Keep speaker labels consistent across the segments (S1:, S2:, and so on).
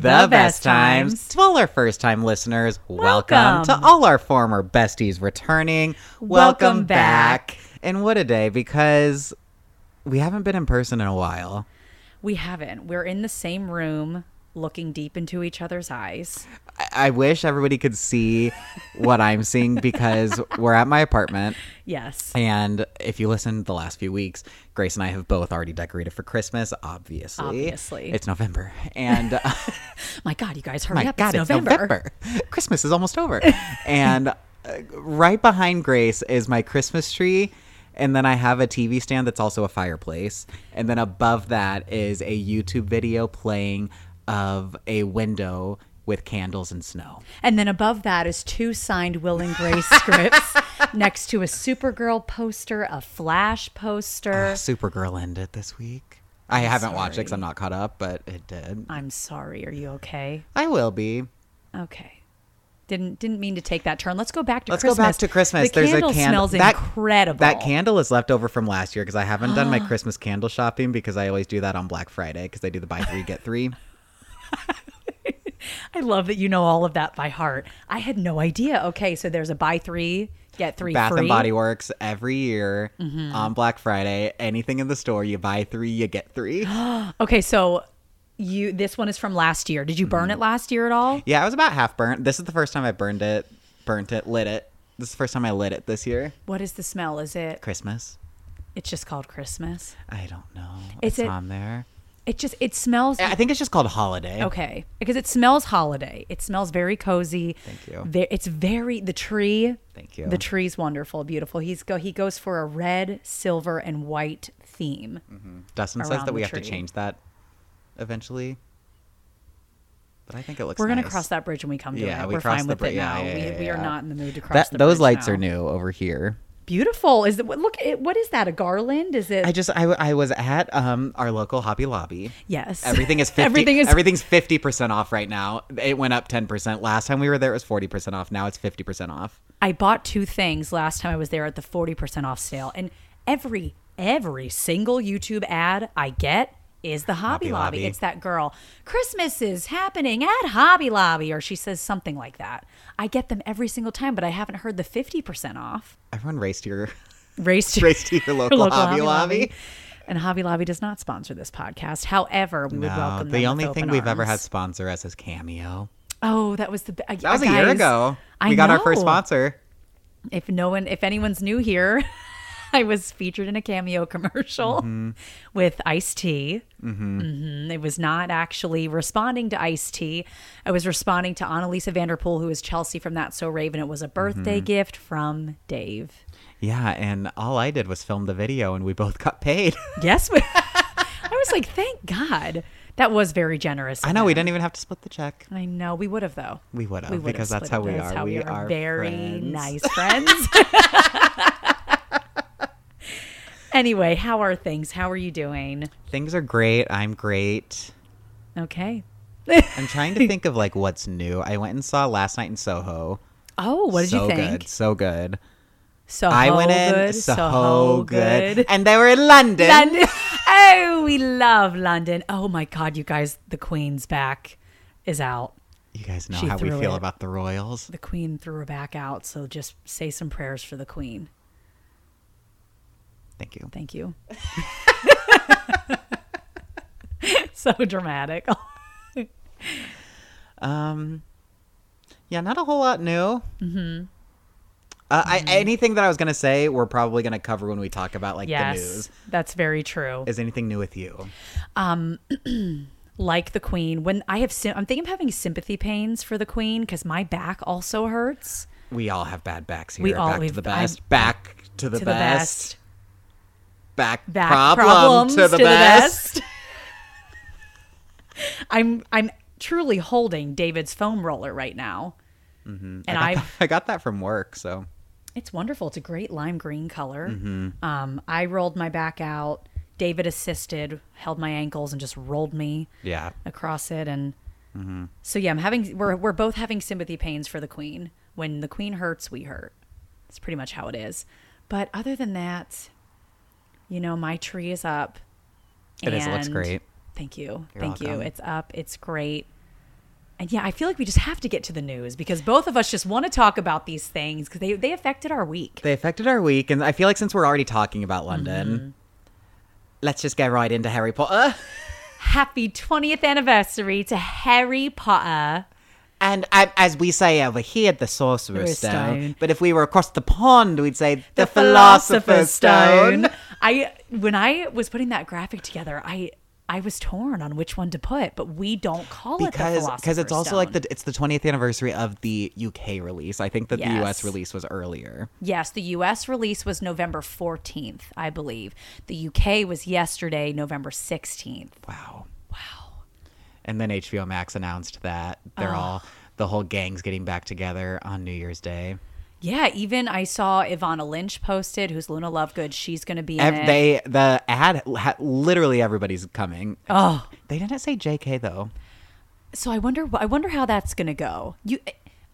S1: To all our first time listeners, welcome.
S2: Welcome.
S1: To all our former besties returning, welcome,
S2: Welcome back.
S1: And what a day because we haven't been in person in a while.
S2: We haven't. We're in the same room looking deep into each other's eyes.
S1: I- I wish everybody could see what I'm seeing because we're at my apartment.
S2: Yes.
S1: And if you listened the last few weeks, Grace and I have both already decorated for Christmas, obviously.
S2: Obviously.
S1: It's November. And uh,
S2: My God, you guys, hurry
S1: my
S2: up.
S1: God,
S2: it's November.
S1: Christmas is almost over. and uh, right behind Grace is my Christmas tree. And then I have a TV stand that's also a fireplace. And then above that is a YouTube video playing of a window with candles and snow.
S2: And then above that is two signed Will and Grace scripts next to a Supergirl poster, a Flash poster.
S1: Supergirl ended this week. I haven't watched it because
S2: sorry.
S1: I'm not caught up, but it did.
S2: I'm sorry. Are you okay?
S1: I will be.
S2: Okay. Didn't didn't mean to take that turn. Let's go back to
S1: Let's
S2: Christmas.
S1: go back to Christmas.
S2: The
S1: There's
S2: candle
S1: a candle.
S2: smells incredible.
S1: That candle is left over from last year because I haven't done my Christmas candle shopping because I always do that on Black Friday because I do the buy three get three.
S2: I love that you know all of that by heart. I had no idea. Okay, so there's a buy three get three
S1: Bath
S2: free. Mm-hmm.
S1: and Body Works every year on Black Friday. Anything in the store, you buy three, you get three.
S2: Okay, so you this one is from last year. Did you
S1: Mm-hmm.
S2: burn it last year at all?
S1: yeah, I was about half burnt. This is the first time I burned it, burnt it, lit it. This is the first time I lit it this year.
S2: What is the smell? Is it?
S1: Christmas.
S2: It's just called Christmas.
S1: I don't know.
S2: Is
S1: it's
S2: it-
S1: on there.
S2: It just it smells.
S1: I think it's just called holiday.
S2: Okay, because it smells holiday. It smells very cozy.
S1: Thank you.
S2: Ve- It's very the tree.
S1: Thank you.
S2: The tree's wonderful, beautiful. He's go. He goes for a red, silver, and white theme.
S1: Mm-hmm. Dustin says
S2: around
S1: that we
S2: the
S1: have to
S2: tree.
S1: change that eventually. But I think it looks
S2: We're gonna
S1: nice.
S2: cross that bridge when we come to
S1: Yeah,
S2: it.
S1: we
S2: We're
S1: crossed
S2: fine
S1: the
S2: with
S1: bri-
S2: it
S1: yeah,
S2: now.
S1: yeah,
S2: we,
S1: yeah,
S2: we are
S1: yeah.
S2: not in the mood to cross
S1: That-
S2: the
S1: those
S2: bridge
S1: lights
S2: now.
S1: are new over here.
S2: Beautiful. Is it? what- Look. It, what is that? A garland? Is it?
S1: I just I, I was at um our local Hobby Lobby.
S2: yes.
S1: Everything is 50,
S2: everything is
S1: everything's 50% off right now. It went up 10%. Last time we were there it was 40% off. Now it's 50% off.
S2: I bought two things last time I was there at the 40% off sale and every every single YouTube ad I get is the Hobby,
S1: Hobby
S2: Lobby.
S1: Lobby.
S2: It's that girl, Christmas is happening at Hobby Lobby or she says something like that. I get them every single time but I haven't heard the 50% off.
S1: Everyone race to your
S2: Race to,
S1: race to your local, Hobby, Lobby.
S2: And Hobby Lobby does not sponsor this podcast. However, we would
S1: No,
S2: welcome them
S1: Uh, the only
S2: with
S1: thing
S2: open
S1: we've ever had
S2: arms.
S1: sponsor us is Cameo.
S2: Oh, that was the be-
S1: That was a year
S2: guys,
S1: ago.
S2: I
S1: we got our first
S2: know.
S1: sponsor.
S2: if no one if anyone's new here i was featured in a cameo commercial with ice tea mm-hmm. it was not actually responding to ice tea i was responding to annalisa vanderpool who is chelsea from that so raven it was a birthday gift from dave
S1: Yeah, and all I did was film the video and we both got paid.
S2: yes we- i was like thank god that was very generous of
S1: I know we
S2: them.
S1: didn't even have to split the check.
S2: i know we would have though
S1: We would
S2: we
S1: have
S2: would
S1: Oh, because
S2: have
S1: that's
S2: split
S1: how
S2: it.
S1: we
S2: That's
S1: are.
S2: how
S1: we,
S2: we,
S1: are
S2: very
S1: friends.
S2: nice friends. anyway, how are things? How are you doing?
S1: Things are great. I'm great.
S2: Okay.
S1: I'm trying to think of like what's new. I went and saw last night in Soho.
S2: Oh, what did
S1: so
S2: you think?
S1: Good, so good.
S2: So
S1: I went in
S2: good,
S1: so,
S2: so
S1: good.
S2: good.
S1: and they were in London.
S2: London. Oh, we love London. Oh my God, you guys, the Queen's back is out.
S1: You guys know
S2: She
S1: how we
S2: threw
S1: feel
S2: it.
S1: about the Royals.
S2: The Queen threw her back out. So just say some prayers for the Queen.
S1: Thank you.
S2: Thank you. so dramatic.
S1: Um, yeah, not a whole lot new. Mm-hmm. Uh, I,
S2: Mm-hmm.
S1: anything that I was gonna say, we're probably gonna cover when we talk about like the
S2: Yes,
S1: news.
S2: that's very true.
S1: Is anything new with you?
S2: like the queen, when I have, sym- I'm thinking I'm having sympathy pains for the queen because my back also hurts.
S1: We all have bad backs here.
S2: We all-
S1: back to
S2: we've-
S1: the best. back to the
S2: to the
S1: best.
S2: best.
S1: Back,
S2: Back
S1: problem
S2: problems
S1: to the best.
S2: I'm, I'm truly holding David's foam roller right now,
S1: Mm-hmm.
S2: and
S1: I
S2: I've
S1: got- I got that from work, so
S2: It's wonderful. It's a great lime green color.
S1: Mm-hmm.
S2: Um, I rolled my back out. David assisted, held my ankles, and just rolled me
S1: Yeah.
S2: across it. And
S1: Mm-hmm.
S2: so yeah, I'm having we're we're both having sympathy pains for the queen. When the queen hurts, we hurt. It's pretty much how it is. But other than that, you know, my tree is up.
S1: It is. It looks
S2: and-
S1: great.
S2: Thank you.
S1: You're
S2: thank you.
S1: welcome.
S2: It's up. It's great. And yeah, I feel like we just have to get to the news because both of us just want to talk about these things because they, they affected our week.
S1: They affected our week, and I feel like since we're already talking about London, let's just get right into Harry Potter.
S2: Happy 20th anniversary to Harry Potter.
S1: And um, as we say over here, the Sorcerer's
S2: Sorcerer's
S1: Stone.
S2: Stone.
S1: But if we were across the pond, we'd say the, Philosopher's, Stone.
S2: I when I was putting that graphic together, I I was torn on which one to put, but we don't call it the
S1: Because
S2: Philosopher's
S1: because it's also like
S2: Stone.
S1: the it's the 20th anniversary of the UK release. I think that the US
S2: Yes.
S1: release was earlier.
S2: Yes, the US release was November 14th, I believe. The UK was yesterday, November 16th.
S1: Wow. Wow. And then HBO Max announced that they're all the whole gang's getting back together on New Year's Day.
S2: Yeah, even I saw Ivana Lynch posted, who's Luna Lovegood. She's going to be in
S1: Ev-
S2: it.
S1: they the ad ha- literally everybody's coming.
S2: oh,
S1: They didn't say JK though.
S2: so I wonder. I wonder how that's going to go. You,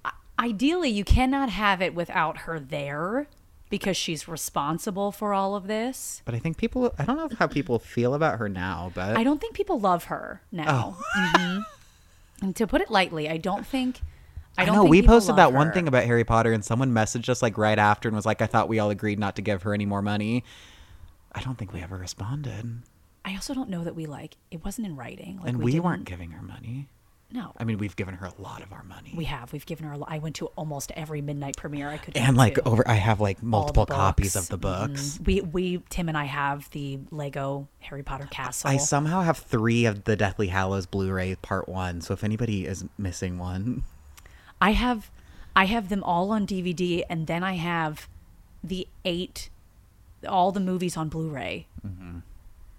S2: I- ideally, you cannot have it without her there because she's responsible for all of this.
S1: But I think people I don't know how people feel about her now, but Oh.
S2: I don't think people love her now. Mhm. And to put it lightly, I don't think. I
S1: I
S2: don't
S1: know
S2: think
S1: we
S2: people
S1: posted
S2: love
S1: that one
S2: her.
S1: thing about Harry Potter, and someone messaged us like right after and was like, "I thought we all agreed not to give her any more money." I don't think we ever responded,
S2: I also don't know that we like. It wasn't in writing. Like
S1: and we,
S2: didn't-
S1: weren't giving her money.
S2: No,
S1: I mean, we've given her a lot of our money,
S2: we have. We've given her. a lo- I went to almost every midnight premiere I could.
S1: and
S2: go
S1: like
S2: to.
S1: over. I have like
S2: all the
S1: multiple copies
S2: books.
S1: of the books.
S2: Mhm. We we Tim and I have the Lego Harry Potter castle.
S1: I somehow have three of the Deathly Hallows Blu-ray Part One. So if anybody is missing one,
S2: I have I have them all on DVD and then I have the 8 all the movies on Blu-ray.
S1: Mm-hmm.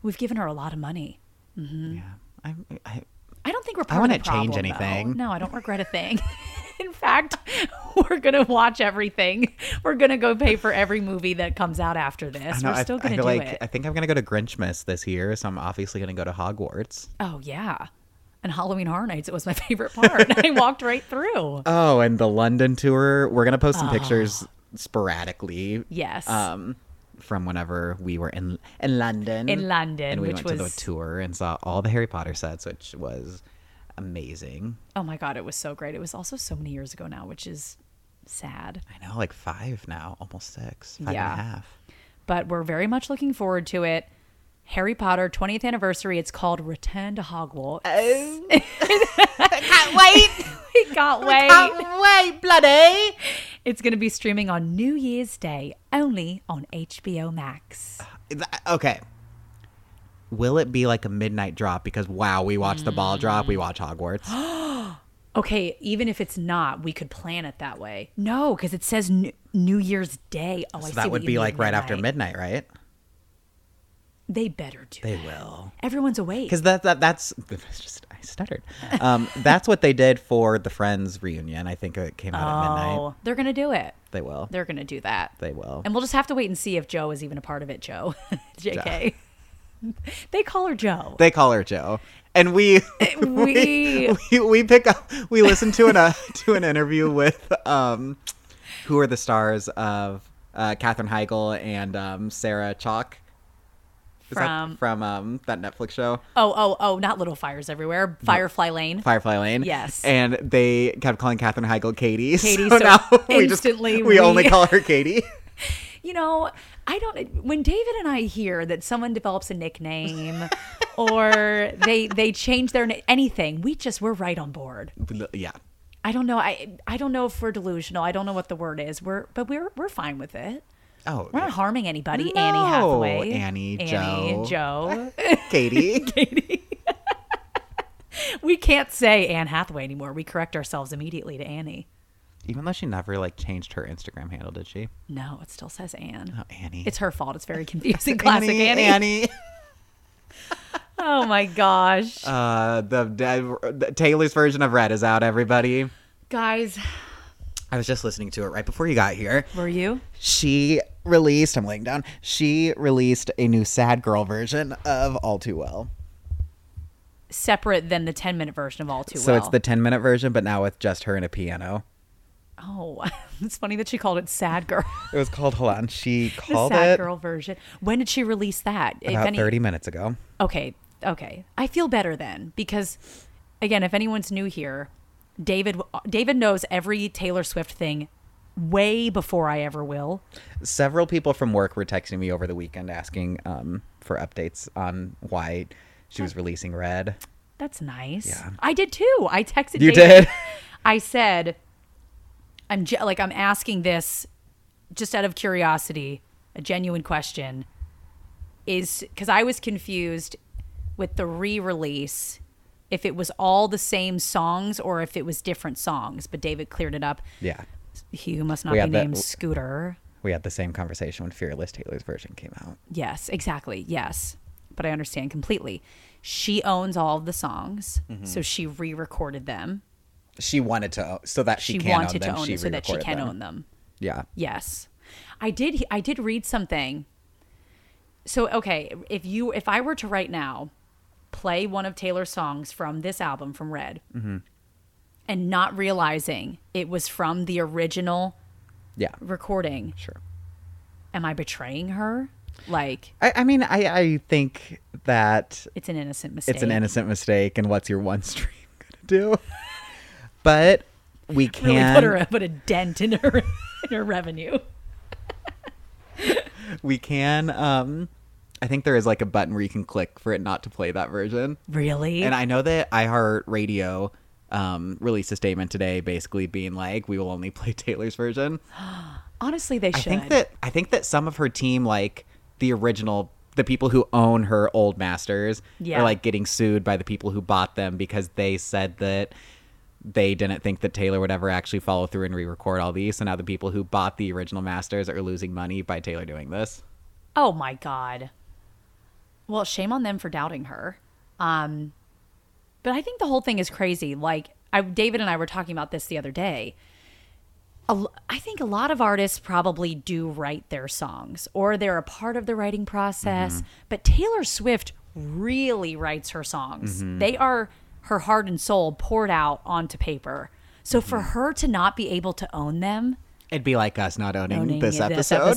S2: We've given her a lot of money. Mm-hmm.
S1: yeah, I, I
S2: I don't think we're part
S1: I
S2: of the
S1: wouldn't change
S2: problem, though.
S1: anything.
S2: No, I don't regret a thing. In fact, we're going to watch everything. We're going to go pay for every movie that comes out after this.
S1: I know,
S2: we're
S1: I-
S2: still
S1: I
S2: going to
S1: feel
S2: do
S1: like
S2: it.
S1: I think I'm gonna go to Grinchmas this year, so I'm obviously gonna go to Hogwarts.
S2: Oh yeah. And Halloween Horror Nights, it was my favorite part. I walked right through.
S1: Oh, and the London tour. We're gonna post some pictures sporadically.
S2: Ah. Yes.
S1: Um, from whenever we were in in London.
S2: In London,
S1: and we
S2: which
S1: went to
S2: was-
S1: the tour and saw all the Harry Potter sets, which was amazing.
S2: oh my God, it was so great. It was also so many years ago now, which is sad.
S1: I know, like five now, almost six, five and a
S2: Yeah.
S1: half.
S2: But we're very much looking forward to it. Harry Potter 20th anniversary. It's called Return to Hogwarts.
S1: Oh.
S2: we can't wait.
S1: wait, bloody!
S2: It's going to be streaming on New Year's Day only on HBO Max.
S1: Okay. Will it be like a midnight drop? Because wow, we watch the ball drop,
S2: Mm.
S1: we watch Hogwarts.
S2: Okay, even if it's not, we could plan it that way. No, because it says New New Year's Day. Oh, I
S1: so
S2: see
S1: that
S2: what
S1: would
S2: you
S1: be
S2: mean,
S1: like right after
S2: midnight.
S1: midnight, right?
S2: They better do.
S1: They
S2: that.
S1: will.
S2: Everyone's awake.
S1: because that, that that's that's just I stuttered. Um, that's what they did for the Friends reunion. I think it came out at midnight.
S2: Oh, they're gonna do it.
S1: They will.
S2: They're gonna do that.
S1: They will.
S2: And we'll just have to wait and see if Joe is even a part of it, Joe. JK. they call her Joe.
S1: They call her Joe, and we
S2: we
S1: we, we pick up. We listen to an uh, to an interview with um, who are the stars of uh, Katherine Heigl and um, Sarah Chalk. Is
S2: From-
S1: that from um, that Netflix show?
S2: Oh, oh, oh, not little fires everywhere. Firefly Lane.
S1: Firefly Lane.
S2: Yes.
S1: And they kept calling Katherine Heigl Katie.
S2: Katie,
S1: So,
S2: so
S1: now we just
S2: instantly
S1: we, only
S2: we-
S1: call her Katie.
S2: You know, I don't when David and I hear that someone develops a nickname or they they change their na- anything, we just we're right on board.
S1: yeah.
S2: I don't know. I I don't know if we're delusional. I don't know what the word is. We're but we're we're fine with it.
S1: Oh,
S2: We're
S1: yeah.
S2: not harming anybody.
S1: No,
S2: Annie Hathaway.
S1: Annie,
S2: Annie, Joe.
S1: Katie.
S2: we can't say Anne Hathaway anymore. We correct ourselves immediately to Annie.
S1: Even though she never like changed her Instagram handle, did she?
S2: No, it still says Anne.
S1: Oh, Annie.
S2: It's her fault. It's very confusing. Classic Annie.
S1: Annie.
S2: Oh my gosh.
S1: Uh, the, the Taylor's version of Red is out. Everybody.
S2: Guys,
S1: I I was just listening to it right before you got here.
S2: Were you?
S1: She released, I'm laying down, she released a new sad girl version of All Too Well.
S2: Separate than the 10 minute version of All Too
S1: So
S2: Well.
S1: it's the 10 minute version, but now with just her and a piano.
S2: Oh, it's funny that she called it Sad Girl.
S1: It was called, hold on, she
S2: the
S1: called
S2: Sad
S1: it
S2: Girl version. When did she release that? If
S1: about
S2: any,
S1: 30 minutes ago.
S2: Okay, okay. I feel better then because, again, if anyone's new here, David David knows every Taylor Swift thing way before I ever will.
S1: Several people from work were texting me over the weekend asking um, for updates on why she was releasing Red.
S2: That's nice.
S1: Yeah.
S2: I did too. I texted
S1: You
S2: David.
S1: did?
S2: I said, I'm ge- like I'm asking this just out of curiosity, a genuine question is because I was confused with the re-release if it was all the same songs or if it was different songs. But David cleared it up.
S1: Yeah.
S2: He who must not
S1: We
S2: be
S1: had that-
S2: named Scooter.
S1: We had the same conversation when Fearless Taylor's version came out.
S2: Yes, exactly. Yes. But I understand completely. She owns all of the songs,
S1: Mm-hmm.
S2: so she re-recorded them.
S1: She wanted to, own, so that she,
S2: she
S1: can
S2: wanted
S1: own them.
S2: to own it so that she
S1: re-recorded
S2: can
S1: them.
S2: own them.
S1: Yeah.
S2: Yes. I did I did read something. So okay, if you if I were to right now play one of Taylor's songs from this album from Red
S1: Mm-hmm.
S2: and not realizing it was from the original
S1: Yeah.
S2: recording,
S1: Sure.
S2: am I betraying her? Like
S1: I, I mean, I, I think that
S2: it's an innocent mistake.
S1: it's an innocent mistake, and what's your one stream gonna do? but we
S2: really
S1: can
S2: put her put a dent in her in her revenue.
S1: we can um I think there is like a button where you can click for it not to play that version.
S2: Really?
S1: And I know that iHeartRadio um released a statement today basically being like we will only play Taylor's version.
S2: Honestly, they
S1: I
S2: should.
S1: think that I think that some of her team like the original the people who own her old masters
S2: Yeah.
S1: are like getting sued by the people who bought them because they said that they didn't think that Taylor would ever actually follow through and re-record all these. So now the people who bought the original masters are losing money by Taylor doing this.
S2: Oh my god. Well, shame on them for doubting her. Um but I think the whole thing is crazy. Like I David and I were talking about this the other day. A l- I think a lot of artists probably do write their songs or they're a part of the writing process,
S1: Mm-hmm.
S2: but Taylor Swift really writes her songs.
S1: Mm-hmm.
S2: They are her heart and soul poured out onto paper. So for
S1: Mm-hmm.
S2: her to not be able to own them,
S1: It'd be like us not owning,
S2: owning
S1: this,
S2: it-
S1: episode.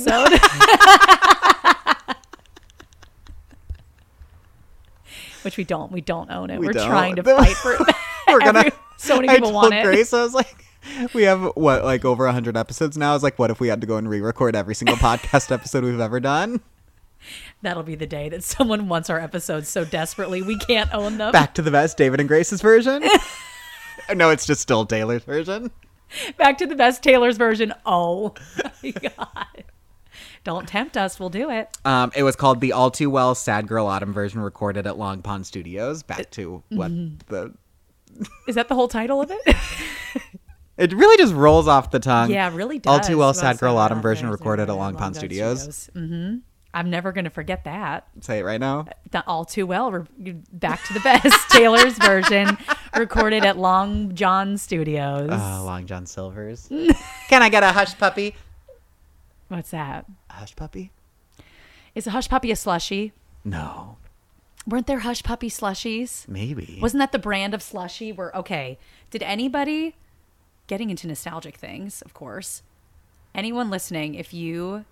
S2: Which we don't. We don't own it.
S1: We
S2: We are
S1: don't.
S2: trying to fight for it.
S1: We're gonna.
S2: Every- so many
S1: I
S2: people
S1: told
S2: want it.
S1: Grace, I was like, we have what like over hundred episodes now. I was like, what if we had to go and re-record every single podcast episode we've ever done?
S2: That'll be the day that someone wants our episodes so desperately we can't own them. Back,
S1: Back to the best, David and Grace's version. no, it's just still Taylor's version.
S2: to the best Taylor's version. Oh my god. Don't tempt us. We'll do it.
S1: Um, it was called the All Too Well Sad Girl Autumn version, recorded at Long Pond Studios. Back to what the.
S2: Is that the whole title of it?
S1: It really just rolls off the tongue.
S2: yeah, it really does.
S1: All Too Well
S2: Well,
S1: Sad
S2: so
S1: Girl
S2: God,
S1: Autumn version,
S2: there's
S1: recorded
S2: no
S1: at Long Pond Studios.
S2: hmm I'm never going to forget that.
S1: Say it right now.
S2: The all too well. Re- back to the best Taylor's version, recorded at Long John Studios.
S1: Uh, Long John Silver's. Can I get a hush puppy?
S2: What's that?
S1: A hush puppy?
S2: Is a hush puppy a slushy?
S1: No,
S2: Weren't there hush puppy slushies?
S1: maybe.
S2: Wasn't that the brand of slushy? Where okay, did anybody getting into nostalgic things? Of course, anyone listening, if you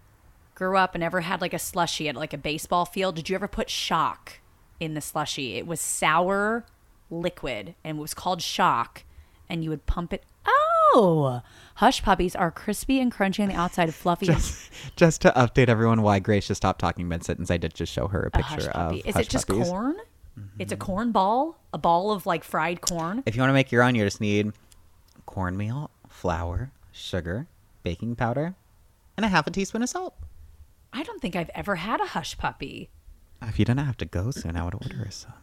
S2: grew up and ever had like a slushy at like a baseball field, did you ever put shock in the slushy? It was sour liquid and it was called shock, and you would pump it. Oh, hush puppies are crispy and crunchy on the outside, fluffy. and
S1: just, just to update everyone why Grace just stopped talking mid sentence, I did just show her a
S2: a
S1: picture
S2: hush
S1: of.
S2: puppy. Is
S1: hush
S2: it just
S1: puppies. Mm-hmm.
S2: corn? It's a corn ball, a ball of like fried corn.
S1: If you want to make your own, you just need cornmeal, flour, sugar, baking powder, and a half a teaspoon of salt.
S2: I don't think I've ever had a hush puppy.
S1: If you didn't have to go soon, I would order her some.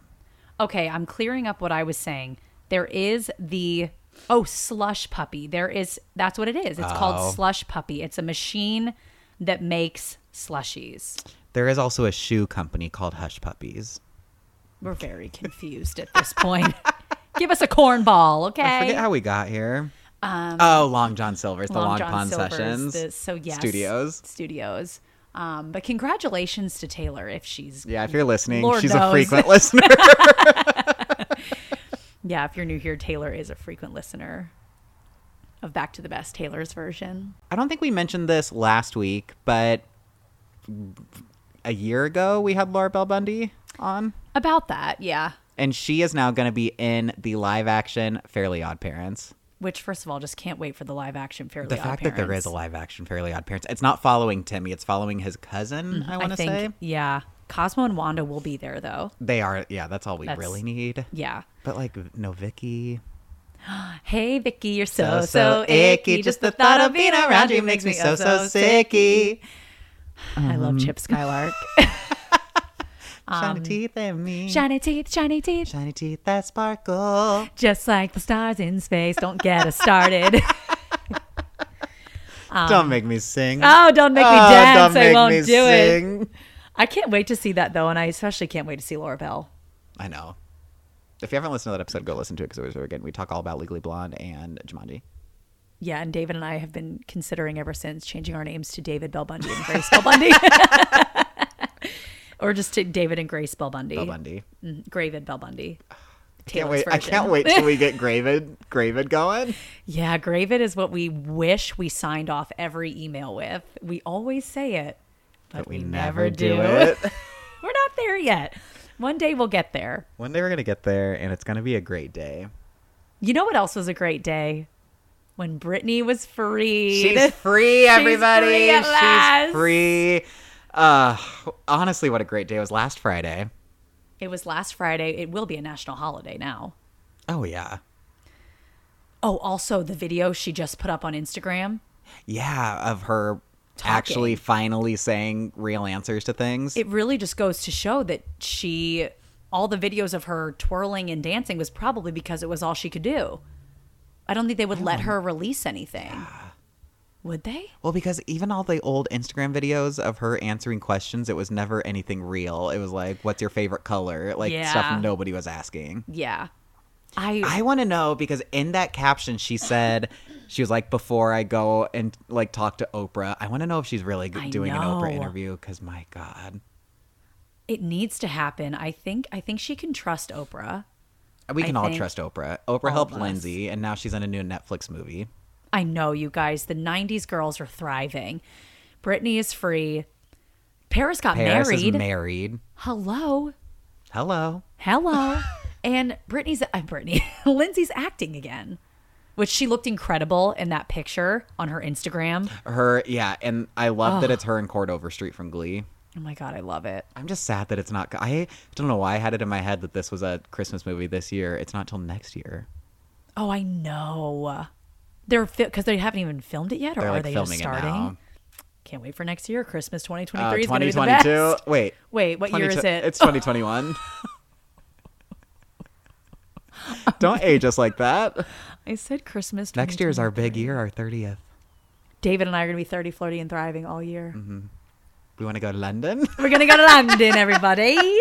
S2: Okay, I'm clearing up what I was saying. There is the oh slush puppy. There is that's what it is. It's
S1: Oh.
S2: called slush puppy. It's a machine that makes slushies.
S1: There is also a shoe company called Hush Puppies.
S2: We're very confused at this point. Give us a cornball, okay?
S1: I forget how we got here. oh, Long John Silver's, the Long Pond
S2: Um, Silver's,
S1: Sessions.
S2: the- so yes,
S1: Studios.
S2: studios. Um, but congratulations to Taylor if she's yeah.
S1: Yeah, if you're listening,
S2: Lord
S1: she's a
S2: knows.
S1: frequent listener.
S2: If you're new here, Taylor is a frequent listener of Back to the Best Taylor's version.
S1: I don't think we mentioned this last week, but a year ago we had Laura Bell Bundy on,
S2: About that, yeah.
S1: and she is now going to be in the live action Fairly Odd Parents.
S2: Which first of all, just can't wait for the live action Fairly
S1: The
S2: Odd
S1: fact that there
S2: Parents.
S1: is a live action Fairly Odd Parents, it's not following Timmy, it's following his cousin, Mm-hmm. I want to
S2: think
S1: say.
S2: yeah, Cosmo and Wanda will be there though.
S1: They are, yeah, that's all we
S2: That's-
S1: really need.
S2: Yeah.
S1: But like, no Vicky.
S2: Hey Vicky, you're so
S1: Oh, So,
S2: so,
S1: so icky. Just the thought of being around you makes me oh, so, so sicky. Mm-hmm.
S2: I love Chip Skylark.
S1: Shiny teeth in me.
S2: shiny teeth, shiny teeth.
S1: Shiny teeth that sparkle.
S2: just like the stars in space. Don't get us started.
S1: don't make me sing.
S2: oh, don't make me
S1: Um, Oh,
S2: dance.
S1: don't
S2: I
S1: make
S2: won't
S1: me
S2: do it.
S1: sing.
S2: I can't wait to see that though, and I especially can't wait to see Laura Bell.
S1: I know. If you haven't listened to that episode, go listen to it because it was very good. We talk all about Legally Blonde and Jumanji.
S2: Yeah, and David and I have been considering ever since changing our names to David Bell Bundy and Grace Bell Bundy. or just to David and Grace Bell Bundy.
S1: Bill Bundy.
S2: Mm, Gravid Bell Bundy.
S1: Can't
S2: Taylor's
S1: wait. I
S2: version.
S1: can't wait till we get Gravid, Gravid going.
S2: Yeah, Gravid is what we wish we signed off every email with. We always say it, but, we, never, do.
S1: it.
S2: We're not there yet. One day we'll get there.
S1: One day we're gonna get there, and it's gonna be a great day.
S2: You know what else was a great day? When Brittany was free.
S1: free,
S2: everybody. free at She's last.
S1: free. Uh, honestly, what a great day it was last Friday.
S2: It was last Friday. It will be a national holiday now.
S1: Oh yeah,
S2: Oh, also the video she just put up on Instagram.
S1: yeah. Of her
S2: Talking.
S1: actually finally saying real answers to things.
S2: It really just goes to show that she, all the videos of her twirling and dancing was probably because it was all she could do. I don't think they would
S1: Oh.
S2: let her release anything. Would they?
S1: Well, because even all the old Instagram videos of her answering questions, it was never anything real. It was like, "What's your favorite color?" Like
S2: Yeah.
S1: stuff nobody was asking.
S2: Yeah. I,
S1: I want to know because in that caption she said she was like, "Before I go and like talk to Oprah, I want to know if she's really
S2: I
S1: g- doing an Oprah
S2: know.
S1: interview." Because my God,
S2: it needs to happen. I think I think she can trust Oprah.
S1: we
S2: I
S1: can all
S2: think
S1: trust Oprah. Oprah
S2: all
S1: helped
S2: of us.
S1: Lindsay, and now she's in a new Netflix movie.
S2: I know you guys, the 90s girls are thriving. Britney is free. Paris got
S1: Paris
S2: married.
S1: is married.
S2: Hello.
S1: Hello.
S2: Hello. and Britney's uh, Britney. Lindsay's acting again. Which she looked incredible in that picture on her Instagram.
S1: Her, yeah, and I love that it's her and Cord Overstreet from Glee.
S2: Oh my god, I love it.
S1: I'm just sad that it's not. I don't know why I had it in my head that this was a Christmas movie this year. It's not till next year.
S2: Oh, I know. They're because they haven't even filmed it yet, or
S1: They're
S2: are
S1: like
S2: they
S1: filming
S2: just
S1: it
S2: starting?
S1: now.
S2: Can't wait for next year. Christmas 2023
S1: Uh,
S2: is going to be the best.
S1: Wait.
S2: Wait, what year
S1: 22
S2: is it?
S1: It's 2021. don't age us like that.
S2: I said Christmas.
S1: Next year is our big year, our 30th.
S2: David and I are going to be 30, flirty, and thriving all year.
S1: Mm-hmm. We want to go to London.
S2: We're going to go to London, everybody.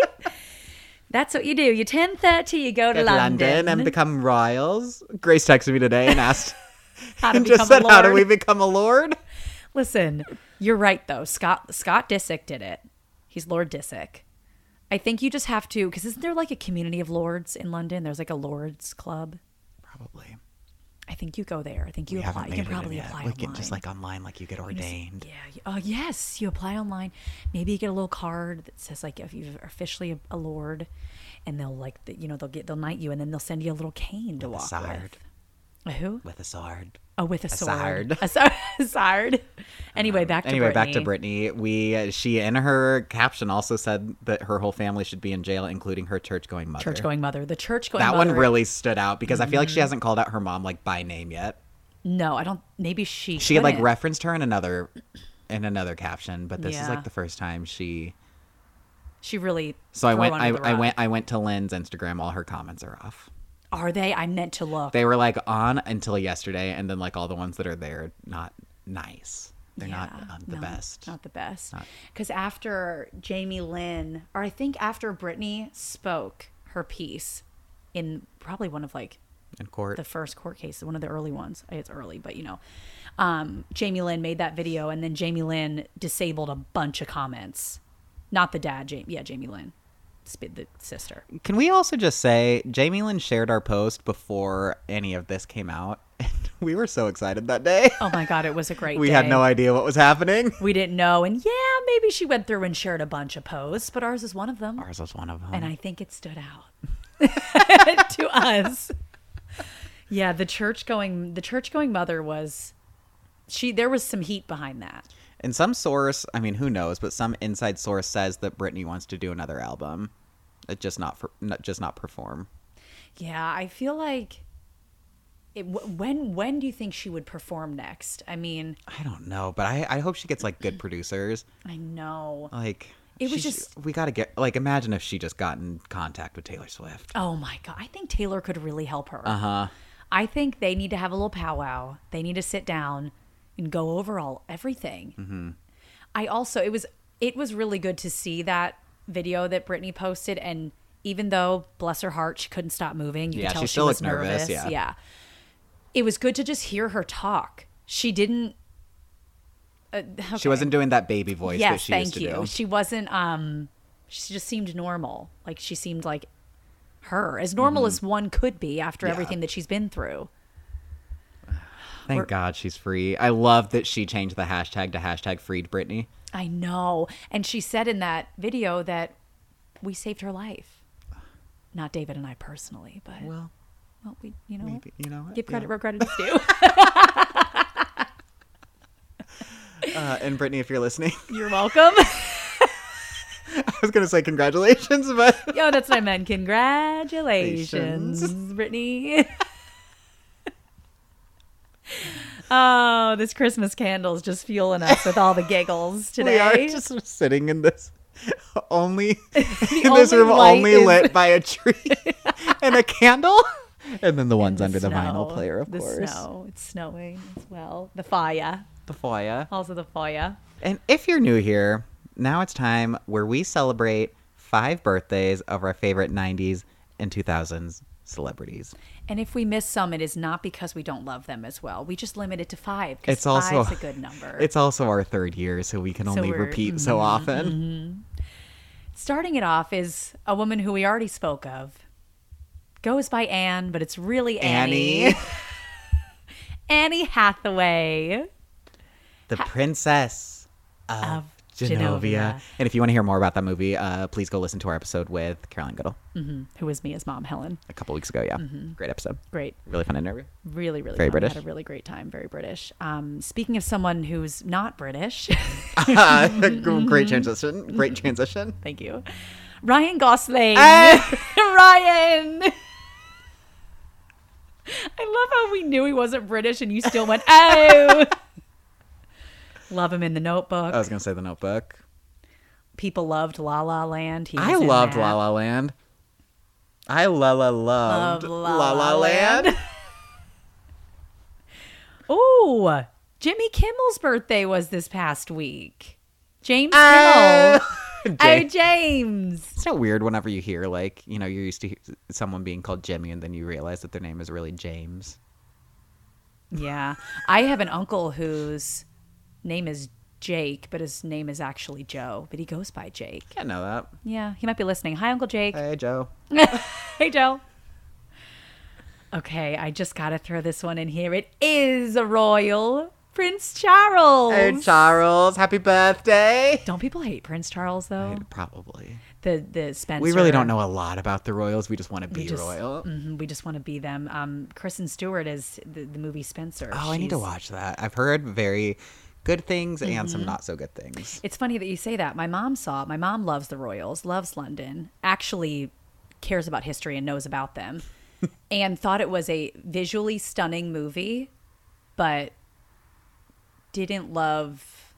S2: That's what you do. You 10 30, you go to
S1: Go to
S2: London.
S1: and become royals. Grace texted me today and asked,
S2: how to
S1: and
S2: become
S1: just said,
S2: a lord.
S1: "How do we become a lord?"
S2: Listen, you're right, though. Scott Scott Disick did it. He's Lord Disick. I think you just have to, because isn't there like a community of lords in London? There's like a lords club.
S1: Probably.
S2: I think you go there. I think you
S1: We haven't
S2: apply. You
S1: made
S2: can
S1: it in
S2: probably
S1: yet.
S2: apply
S1: We
S2: online.
S1: can just like online, like you get ordained.
S2: Yeah. you- Oh, yes. You apply online. Maybe you get a little card that says like if you're officially a, a lord, and they'll like th- you know they'll get they'll knight you, and then they'll send you a little cane to
S1: With a
S2: walk
S1: sword.
S2: with. A who?
S1: With a sword.
S2: Oh, with a, sword.
S1: sard. Um,
S2: A sword. A sword. Anyway, back to
S1: anyway,
S2: Britney.
S1: back to Brittany. We uh, she in her caption also said that her whole family should be in jail, including her church-going mother.
S2: Church going mother. The church going.
S1: That one
S2: mother- Mm-hmm.
S1: really stood out because I feel like she hasn't called out her mom like by name yet.
S2: No, I don't. Maybe she.
S1: She had like
S2: couldn't.
S1: referenced her in another in another caption, but this is
S2: Yeah.
S1: like the first time she.
S2: She really.
S1: So I
S2: threw
S1: went.
S2: under
S1: I,
S2: the
S1: I
S2: rug.
S1: went. I went to Lynn's Instagram. All her comments are off.
S2: Are they? I meant to look.
S1: They were like on until yesterday, and then like all the ones that are there not nice. They're not
S2: Yeah,
S1: um, the
S2: no,
S1: best.
S2: Not the best. Because after Jamie Lynn, or I think after Brittany spoke her piece in probably one of like
S1: in court.
S2: the first court case, one of the early ones. It's early, but you know, um, Jamie Lynn made that video, and then Jamie Lynn disabled a bunch of comments. Not the dad, Jamie. Yeah, Jamie Lynn, Sp- the sister.
S1: Can we also just say Jamie Lynn shared our post before any of this came out? And we were so excited that day.
S2: Oh my God, it was a great.
S1: we had
S2: day.
S1: no e- idea what was happening.
S2: We didn't know, and yeah, maybe she went through and shared a bunch of posts, but ours is one of them,
S1: Ours was one of them.
S2: and I think it stood out to us. Yeah, the church going, the church going mother was, she. There was some heat behind that.
S1: And some source, I mean, who knows, but some inside source says that Britney wants to do another album, uh, just not for, not, just not perform.
S2: Yeah, I feel like it, wh- when when do you think she would perform next? I mean,
S1: I don't know, but I, I hope she gets like good producers.
S2: I know.
S1: Like
S2: It was
S1: she-
S2: just-
S1: we got to get like imagine if she just got in contact with Taylor Swift.
S2: Oh my god, I think Taylor could really help her. Uh huh. I think they need to have a little powwow. They need to sit down and go over all everything. Mm-hmm. I also it was it was really good to see that video that Brittany posted, and even though bless her heart she couldn't stop moving, you
S1: Yeah,
S2: could tell
S1: she
S2: she,
S1: still
S2: was
S1: looked nervous,
S2: nervous.
S1: yeah.
S2: yeah, it was good to just hear her talk. She didn't. Uh,
S1: She wasn't doing that baby voice that
S2: Yes,
S1: she used
S2: thank
S1: to
S2: you.
S1: do.
S2: She wasn't. Um, she just seemed normal. Like she seemed like her, as normal as one could be after
S1: Mm-hmm. Yeah.
S2: everything that she's been through.
S1: Thank
S2: we're-
S1: God she's free. I love that she changed the hashtag to hashtag freed Britney.
S2: I know. And she said in that video that we saved her life. Not David and I personally, but well,
S1: Well,
S2: we, you know,
S1: maybe you know. what?
S2: give credit
S1: Yeah.
S2: where credit's due.
S1: Uh, and Brittany, if you're listening,
S2: You're welcome.
S1: I was gonna say congratulations, but
S2: Yo, that's what I meant. Congratulations, Brittany. oh, this Christmas candle's just fueling us with all the giggles today.
S1: we are just sitting in this only in this
S2: only
S1: room
S2: light
S1: only
S2: is-
S1: lit by a tree and a candle, and then the ones under the vinyl
S2: Snow.
S1: player, of
S2: the
S1: course.
S2: snow. It's snowing as well. The fire.
S1: The foyer.
S2: Also the fire.
S1: And if you're new here, now it's time where we celebrate five birthdays of our favorite 90s and 2000s celebrities.
S2: And if we miss some, it is not because we don't love them as well. We just limit it to five. 'cause
S1: It's also
S2: five's a good number.
S1: It's also our third year, so we can only
S2: we're-
S1: repeat so often.
S2: Starting it off is a woman who we already spoke of. Goes by Anne, but it's really Annie.
S1: Annie,
S2: Annie Hathaway.
S1: the princess of,
S2: Of
S1: Genovia.
S2: Genovia.
S1: And if you want to hear more about that movie, uh, please go listen to our episode with Caroline Goodall
S2: who is Mia's mom, Helen.
S1: a couple weeks ago. Yeah, great episode.
S2: Great.
S1: Really fun interview.
S2: Really, really
S1: Very
S2: fun. We
S1: British.
S2: Had a really great time. Very British. Um, speaking of someone who's not British,
S1: great transition. Great transition.
S2: thank you. Ryan Gosling.
S1: Hey!
S2: Ryan. I love how we knew he wasn't British and you still went, oh. love him in the notebook.
S1: I was gonna say The Notebook.
S2: People loved La La Land. He
S1: I
S2: was in
S1: loved
S2: that.
S1: La La Land. I la la loved
S2: Love
S1: La La, Land.
S2: Oh, Jimmy Kimmel's birthday was this past week. James
S1: Oh.
S2: Kimmel.
S1: James.
S2: Oh, James.
S1: It's so weird whenever you hear like you know you're used to he- someone being called Jimmy and then you realize that their name is really James.
S2: Yeah. I have an uncle whose name is Jake, but his name is actually Joe, but he goes by Jake.
S1: Can't know that.
S2: Yeah, he might be listening. Hi, Uncle Jake.
S1: Hey Joe.
S2: Hey, Joe. Okay, I just got to throw this one in here. It is a royal Prince Charles.
S1: Charles. Happy birthday.
S2: Don't people hate Prince Charles though?
S1: Probably.
S2: The the Spencer.
S1: We really don't know a lot about the Royals. We just want to be
S2: just-
S1: royal.
S2: Mhm, we just want to be them. Um, Kristen Stewart is the, the movie Spencer.
S1: Oh, I need to
S2: She's-
S1: watch that. I've heard very good things and
S2: Mm-hmm.
S1: some not so good things.
S2: It's funny that you say that. My mom saw. it. My mom loves the Royals, loves London, actually cares about history and knows about them, and thought it was a visually stunning movie, but didn't love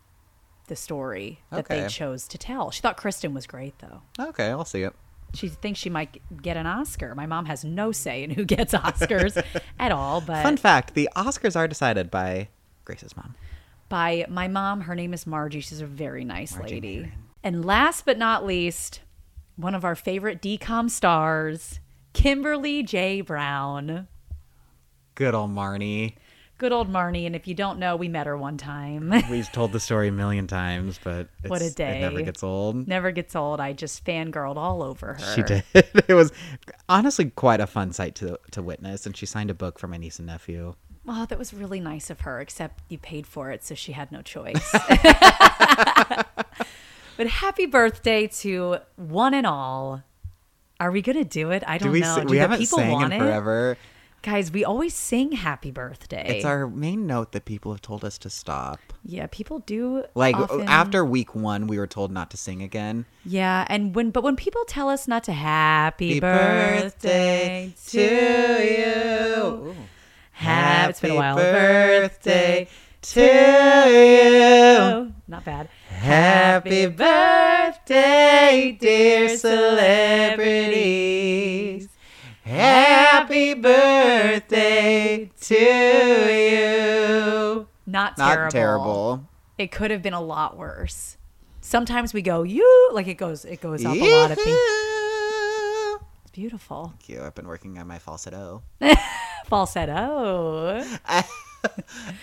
S2: the story that they
S1: Okay.
S2: chose to tell. She thought Kristen was great though.
S1: Okay, I'll see it.
S2: She thinks she might get an Oscar. My mom has no say in who gets Oscars at all, but
S1: Fun fact the Oscars are decided by Grace's mom.
S2: by my mom, her name is Margie. She's a very nice
S1: Margie
S2: lady.
S1: Maron.
S2: And last but not least, one of our favorite DCOM stars, Kimberly J. Brown.
S1: Good old Marnie.
S2: Good old Marnie. And if you don't know, we met her one time.
S1: We've told the story a million times, but it's,
S2: What a
S1: It never
S2: day.
S1: gets old.
S2: Never gets old. I just fangirled all over her.
S1: She did. It was honestly quite a fun sight to to witness, and she signed a book for my niece and nephew.
S2: Well, that was really nice of her, except you paid for it, so she had no choice. but happy birthday to one and all. Are we gonna do it? I don't
S1: we?
S2: know.
S1: si-
S2: Oh, do
S1: we
S2: the
S1: haven't
S2: people
S1: sang in
S2: want it?
S1: forever.
S2: Guys, we always sing happy birthday.
S1: It's our main note that people have told us to stop.
S2: yeah, people do
S1: Like
S2: often-
S1: after week one, we were told not to sing again.
S2: Yeah, and when but when people tell us not to happy, birthday, to you. Ha- it's been a while. Birthday
S1: to
S2: Oh, not bad.
S1: Happy birthday, dear celebrities. Happy birthday to you.
S2: Not terrible.
S1: Not terrible.
S2: It could have been a lot worse. Sometimes we go you like it goes it goes up a lot of things.
S1: Yee-haw.
S2: It's beautiful.
S1: Thank you. I've been working on my falsetto.
S2: Falsetto.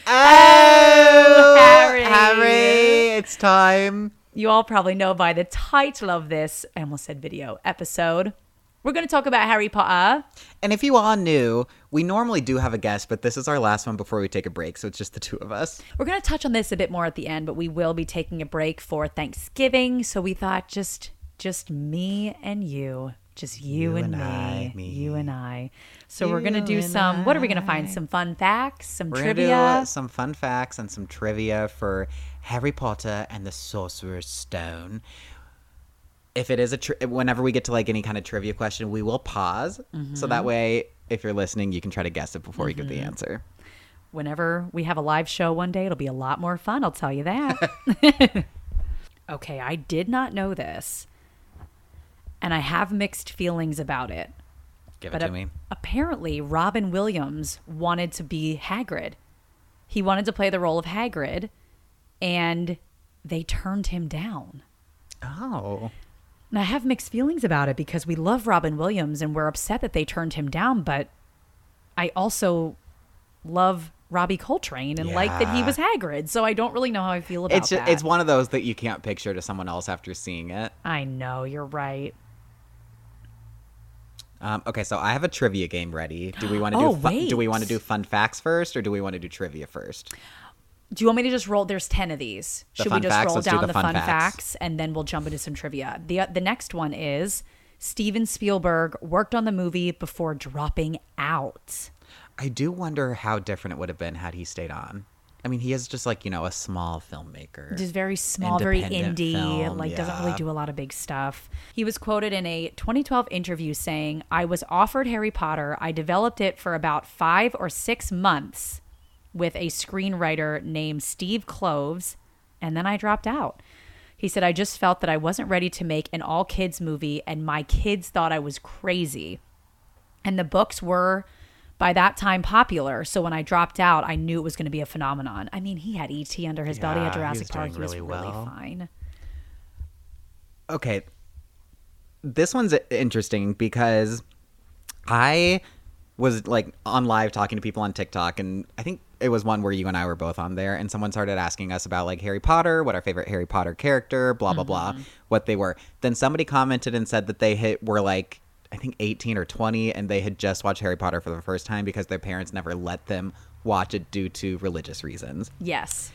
S1: Oh,
S2: Harry.
S1: Harry, it's time.
S2: You all probably know by the title of this, I almost said video episode. We're going to talk about Harry Potter.
S1: And if you all knew, we normally do have a guest, but this is our last one before we take a break, so it's just the two of us.
S2: We're going to touch on this a bit more at the end, but we will be taking a break for Thanksgiving. So we thought just just me and you, just you,
S1: You
S2: and,
S1: and
S2: me,
S1: I, me.
S2: you and I. So we're going to
S1: You
S2: do
S1: and
S2: some. What are we going to find?
S1: I.
S2: Some fun facts, some
S1: We're gonna do,
S2: trivia.
S1: uh, some fun facts and some trivia for Harry Potter and the Sorcerer's Stone. If it is a tri- whenever we get to like any kind of trivia question, we will pause
S2: Mm-hmm.
S1: so that way if you're listening, you can try to guess it before you get the answer.
S2: Whenever we have a live show one day, it'll be a lot more fun. I'll tell you that. okay, I did not know this, and I have mixed feelings about it.
S1: Give it
S2: But
S1: to
S2: ap-
S1: me.
S2: apparently, Robin Williams wanted to be Hagrid. He wanted to play the role of Hagrid, and they turned him down.
S1: Oh.
S2: And I have mixed feelings about it because we love Robin Williams and we're upset that they turned him down, but I also love Robbie Coltrane and like that he
S1: Yeah.
S2: was Hagrid. So I don't really know how I feel about
S1: It's just,
S2: that.
S1: it's one of those that you can't picture to someone else after seeing it.
S2: I know, you're right.
S1: Um, okay, so I have a trivia game ready. Do we want to
S2: Oh,
S1: do fun, do we
S2: wait.
S1: want to do fun facts first or do we want to do trivia first?
S2: Do you want me to just roll? There's ten of these.
S1: The
S2: Should we
S1: fun
S2: just
S1: facts?
S2: roll
S1: Let's do
S2: down
S1: the
S2: the,
S1: fun
S2: fun facts.
S1: facts.
S2: and then we'll jump into some trivia? the The next one is Steven Spielberg worked on the movie before dropping out.
S1: I do wonder how different it would have been had he stayed on. I mean, he is just like, you know, a small filmmaker.
S2: Just very small, very
S1: Independent
S2: indie,
S1: film,
S2: like doesn't really
S1: yeah.
S2: do a lot of big stuff. He was quoted in a 2012 interview saying, "I was offered Harry Potter. I developed it for about 5 or 6 months with a screenwriter named Steve Cloves, and then I dropped out." He said, "I just felt that I wasn't ready to make an all-kids movie and my kids thought I was crazy." And the books were by that time popular. So when I dropped out, I knew it was going to be a phenomenon. I mean, he had ET under his belly
S1: Yeah,
S2: at
S1: he
S2: Jurassic
S1: was
S2: Park.
S1: doing
S2: he was
S1: really
S2: really
S1: well.
S2: fine.
S1: Okay. This one's interesting because I was like on live talking to people on TikTok, and I think it was one where you and I were both on there, and someone started asking us about like Harry Potter, what our favorite Harry Potter character, blah blah blah, what they were. Then somebody commented and said that they hit were like I think 18 or 20, and they had just watched Harry Potter for the first time because their parents never let them watch it due to religious reasons.
S2: Yes.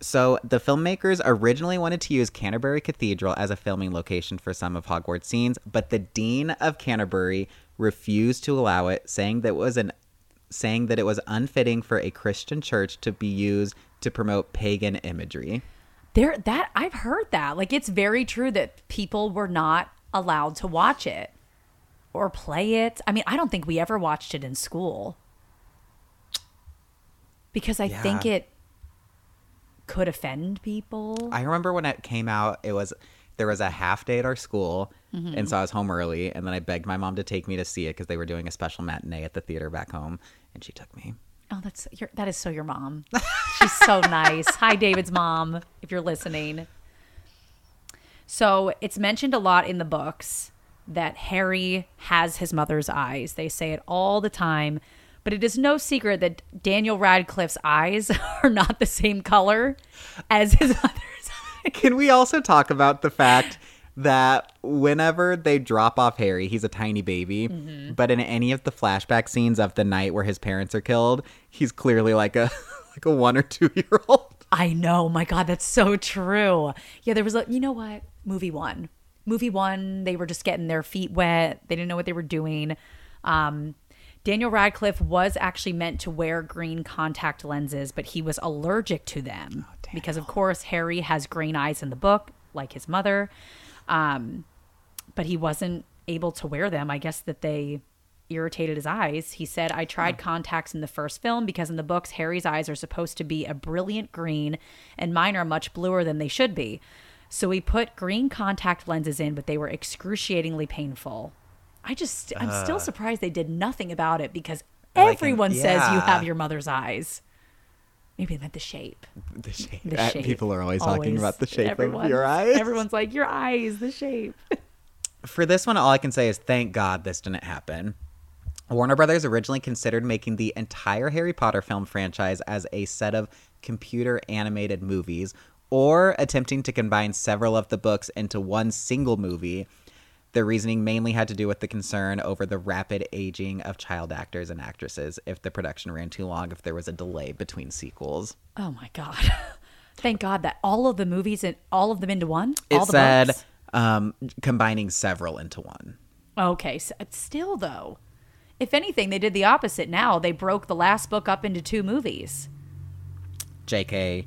S1: So the filmmakers originally wanted to use Canterbury Cathedral as a filming location for some of Hogwarts scenes, but the dean of Canterbury refused to allow it, saying that it was an saying that it was unfitting for a Christian church to be used to promote pagan imagery.
S2: There that I've heard that. Like it's very true that people were not allowed to watch it or play it. I mean, I don't think we ever watched it in school. Because I think
S1: Yeah.
S2: it could offend people.
S1: I remember when it came out, it was there was a half day at our school, and so I was home early, and then I begged my mom to take me to see it because they were doing a special matinee at the theater back home, and she took me.
S2: Oh, that's your, that is so your mom. She's so nice. Hi, David's mom, if you're listening. So it's mentioned a lot in the books that Harry has his mother's eyes. They say it all the time, But it is no secret that Daniel Radcliffe's eyes are not the same color as his others.
S1: Can we also talk about the fact that whenever they drop off Harry, he's a tiny baby,
S2: Mm-hmm.
S1: but in any of the flashback scenes of the night where his parents are killed, he's clearly like a like a one or two year old.
S2: I know. My God, that's so true. Yeah, there was a, you know what? Movie one. Movie one, they were just getting their feet wet. They didn't know what they were doing. Um, Daniel Radcliffe was actually meant to wear green contact lenses, but he was allergic to them because, of course, Harry has green eyes in the book, like his mother. Um, but he wasn't able to wear them. I guess that they irritated his eyes. He said, I tried contacts in the first film because in the books, Harry's eyes are supposed to be a brilliant green and mine are much bluer than they should be. So we put green contact lenses in, but they were excruciatingly painful. I just, I'm still surprised they did nothing about it because
S1: Uh. Like an-
S2: everyone says you
S1: yeah.
S2: have your mother's eyes. Maybe they meant the shape.
S1: The shape.
S2: The
S1: Uh,
S2: shape.
S1: People are always, talking about the shape
S2: Everyone-
S1: of your eyes.
S2: Everyone's like, your eyes, the shape.
S1: for this one, all I can say is thank God this didn't happen. Warner Brothers originally considered making the entire Harry Potter film franchise as a set of computer animated movies or attempting to combine several of the books into one single movie. Their reasoning mainly had to do with the concern over the rapid aging of child actors and actresses if the production ran too long, if there was a delay between sequels.
S2: Oh my god! Thank God that all of the movies and all of them into one.
S1: It
S2: all the
S1: said
S2: books?
S1: um, combining several into one.
S2: Okay, so it's still though, if anything, they did the opposite. Now they broke the last book up into two movies.
S1: J.K.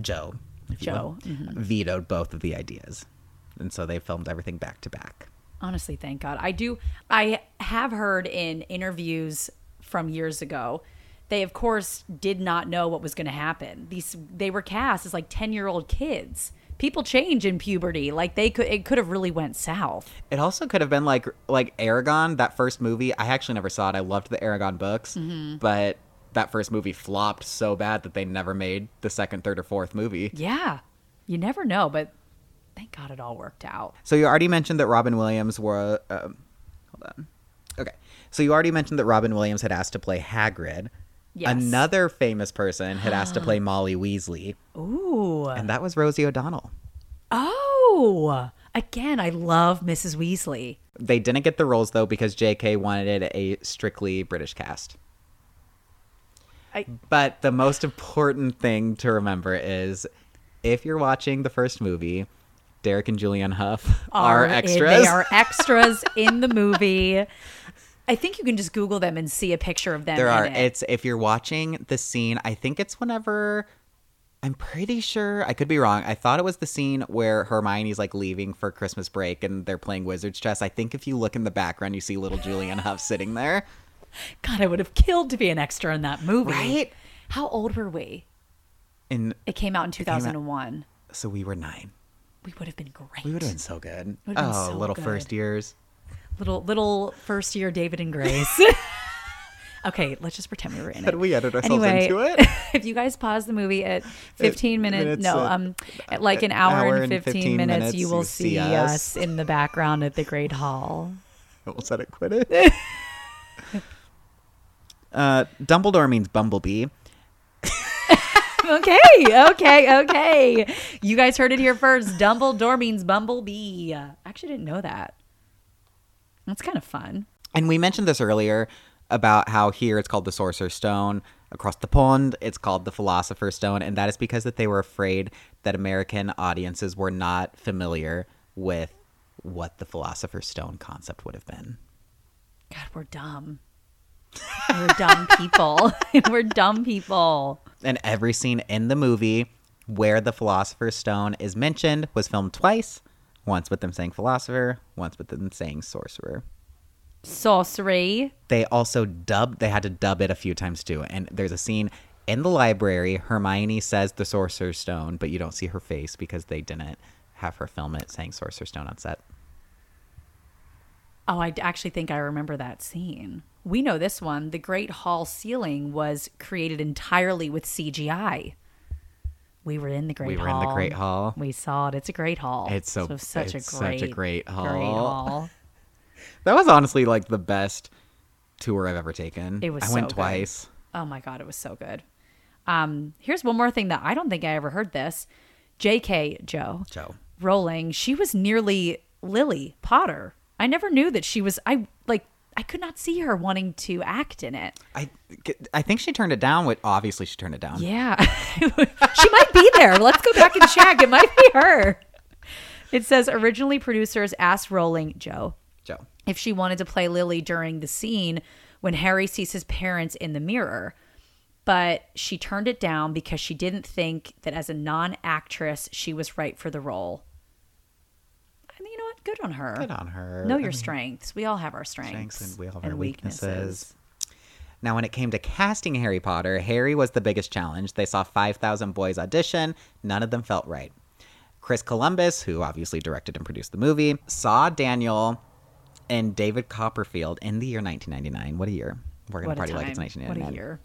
S1: Joe, if you
S2: Joe,
S1: will, vetoed both of the ideas, and so they filmed everything back to back.
S2: Honestly, thank God. I do. I have heard in interviews from years ago, they of course did not know what was going to happen. These they were cast as like ten year old kids. People change in puberty. Like they could, it could have really went south.
S1: It also could have been like like Aragon, that first movie. I actually never saw it. I loved the Aragon books, but that first movie flopped so bad that they never made the second, third, or fourth movie.
S2: Yeah, you never know. But thank God it all worked out.
S1: So you already mentioned that Robin Williams were. Um, hold on. Okay. So you already mentioned that Robin Williams had asked to play Hagrid.
S2: Yes.
S1: Another famous person had asked to play Molly Weasley,
S2: Ooh.
S1: and that was Rosie O'Donnell.
S2: Oh. Again, I love Mrs. Weasley.
S1: They didn't get the roles though because J.K. wanted a strictly British cast.
S2: I,
S1: But the most important thing to remember is if you're watching the first movie, Derek and Julian Huff are, extras.
S2: They are extras in the movie. I think you can just Google them and see a picture of them.
S1: there
S2: in
S1: are.
S2: it.
S1: It's if you're watching the scene, I think it's whenever I'm pretty sure I could be wrong. I thought it was the scene where Hermione's like leaving for Christmas break and they're playing Wizard's Chess. I think if you look in the background, you see little Julian Huff sitting there.
S2: God, I would have killed to be an extra in that movie.
S1: Right?
S2: How old were we?
S1: And
S2: It came out in
S1: out-
S2: 2001.
S1: so we were nine.
S2: We would have been great.
S1: We would have been so good.
S2: Would've been
S1: Oh,
S2: so
S1: little
S2: good.
S1: first years.
S2: little little first year David and Grace. okay, let's just pretend we were in it.
S1: Could we edit ourselves
S2: Anyway,
S1: into it?
S2: if you guys pause the movie at 15 minutes,
S1: minutes,
S2: no,
S1: uh,
S2: um, at like an hour, and 15, minutes, you will see us. in the background at the Great Hall.
S1: I almost said it quit it. uh, Dumbledore means bumblebee.
S2: okay, okay, okay. You guys heard it here first. Dumbledore means bumblebee. I actually didn't know that. That's kind of fun.
S1: And we mentioned this earlier about how here it's called the Sorcerer's Stone. Across the pond, it's called the Philosopher's Stone. And that is because that they were afraid that American audiences were not familiar with what the Philosopher's Stone concept would have been.
S2: God, we're dumb. We're dumb people. we're dumb people.
S1: and every scene in the movie where the philosopher's stone is mentioned was filmed twice once with them saying philosopher once with them saying sorcerer
S2: Sorcery.
S1: they also dubbed they had to dub it a few times too and there's a scene in the library hermione says the sorcerer's stone but you don't see her face because they didn't have her film it saying sorcerer's stone on set
S2: Oh, I d- actually think I remember that scene. We know this one. The Great Hall ceiling was created entirely with CGI. We were in the Great
S1: We were in
S2: Hall.
S1: the Great Hall.
S2: We saw it. It's a great hall.
S1: It's so-
S2: such
S1: it's
S2: a
S1: such a
S2: great
S1: great hall.
S2: Great hall.
S1: that was honestly like the best tour I've ever taken.
S2: It was
S1: I
S2: so
S1: went
S2: good.
S1: twice.
S2: Oh my God, it was so good. Um, here's one more thing that I don't think I ever heard this. JK Joe
S1: Joe.
S2: Rowling, she was nearly Lily Potter. I never knew that she was I like I could not see her wanting to act in it.
S1: I, I think she turned it down. Which obviously she turned it down.
S2: Yeah. she might be there. Let's go back and check. It might be her. It says originally producers asked Rowling Joe
S1: Joe.
S2: if she wanted to play Lily during the scene when Harry sees his parents in the mirror. But she turned it down because she didn't think that as a non actress, she was right for the role. I mean, you know what? Good on her.
S1: Good on her.
S2: Know
S1: I
S2: your
S1: mean,
S2: strengths. We all have our strengths.
S1: strengths and we all have our weaknesses. Now, when it came to casting Harry Potter, Harry was the biggest challenge. They saw 5,000 boys audition, none of them felt right. Chris Columbus, who obviously directed and produced the movie, saw Daniel and David Copperfield in the year 1999. What a year. We're going
S2: What
S1: to
S2: a
S1: party like
S2: time.
S1: it's
S2: What
S1: 1999
S2: a year.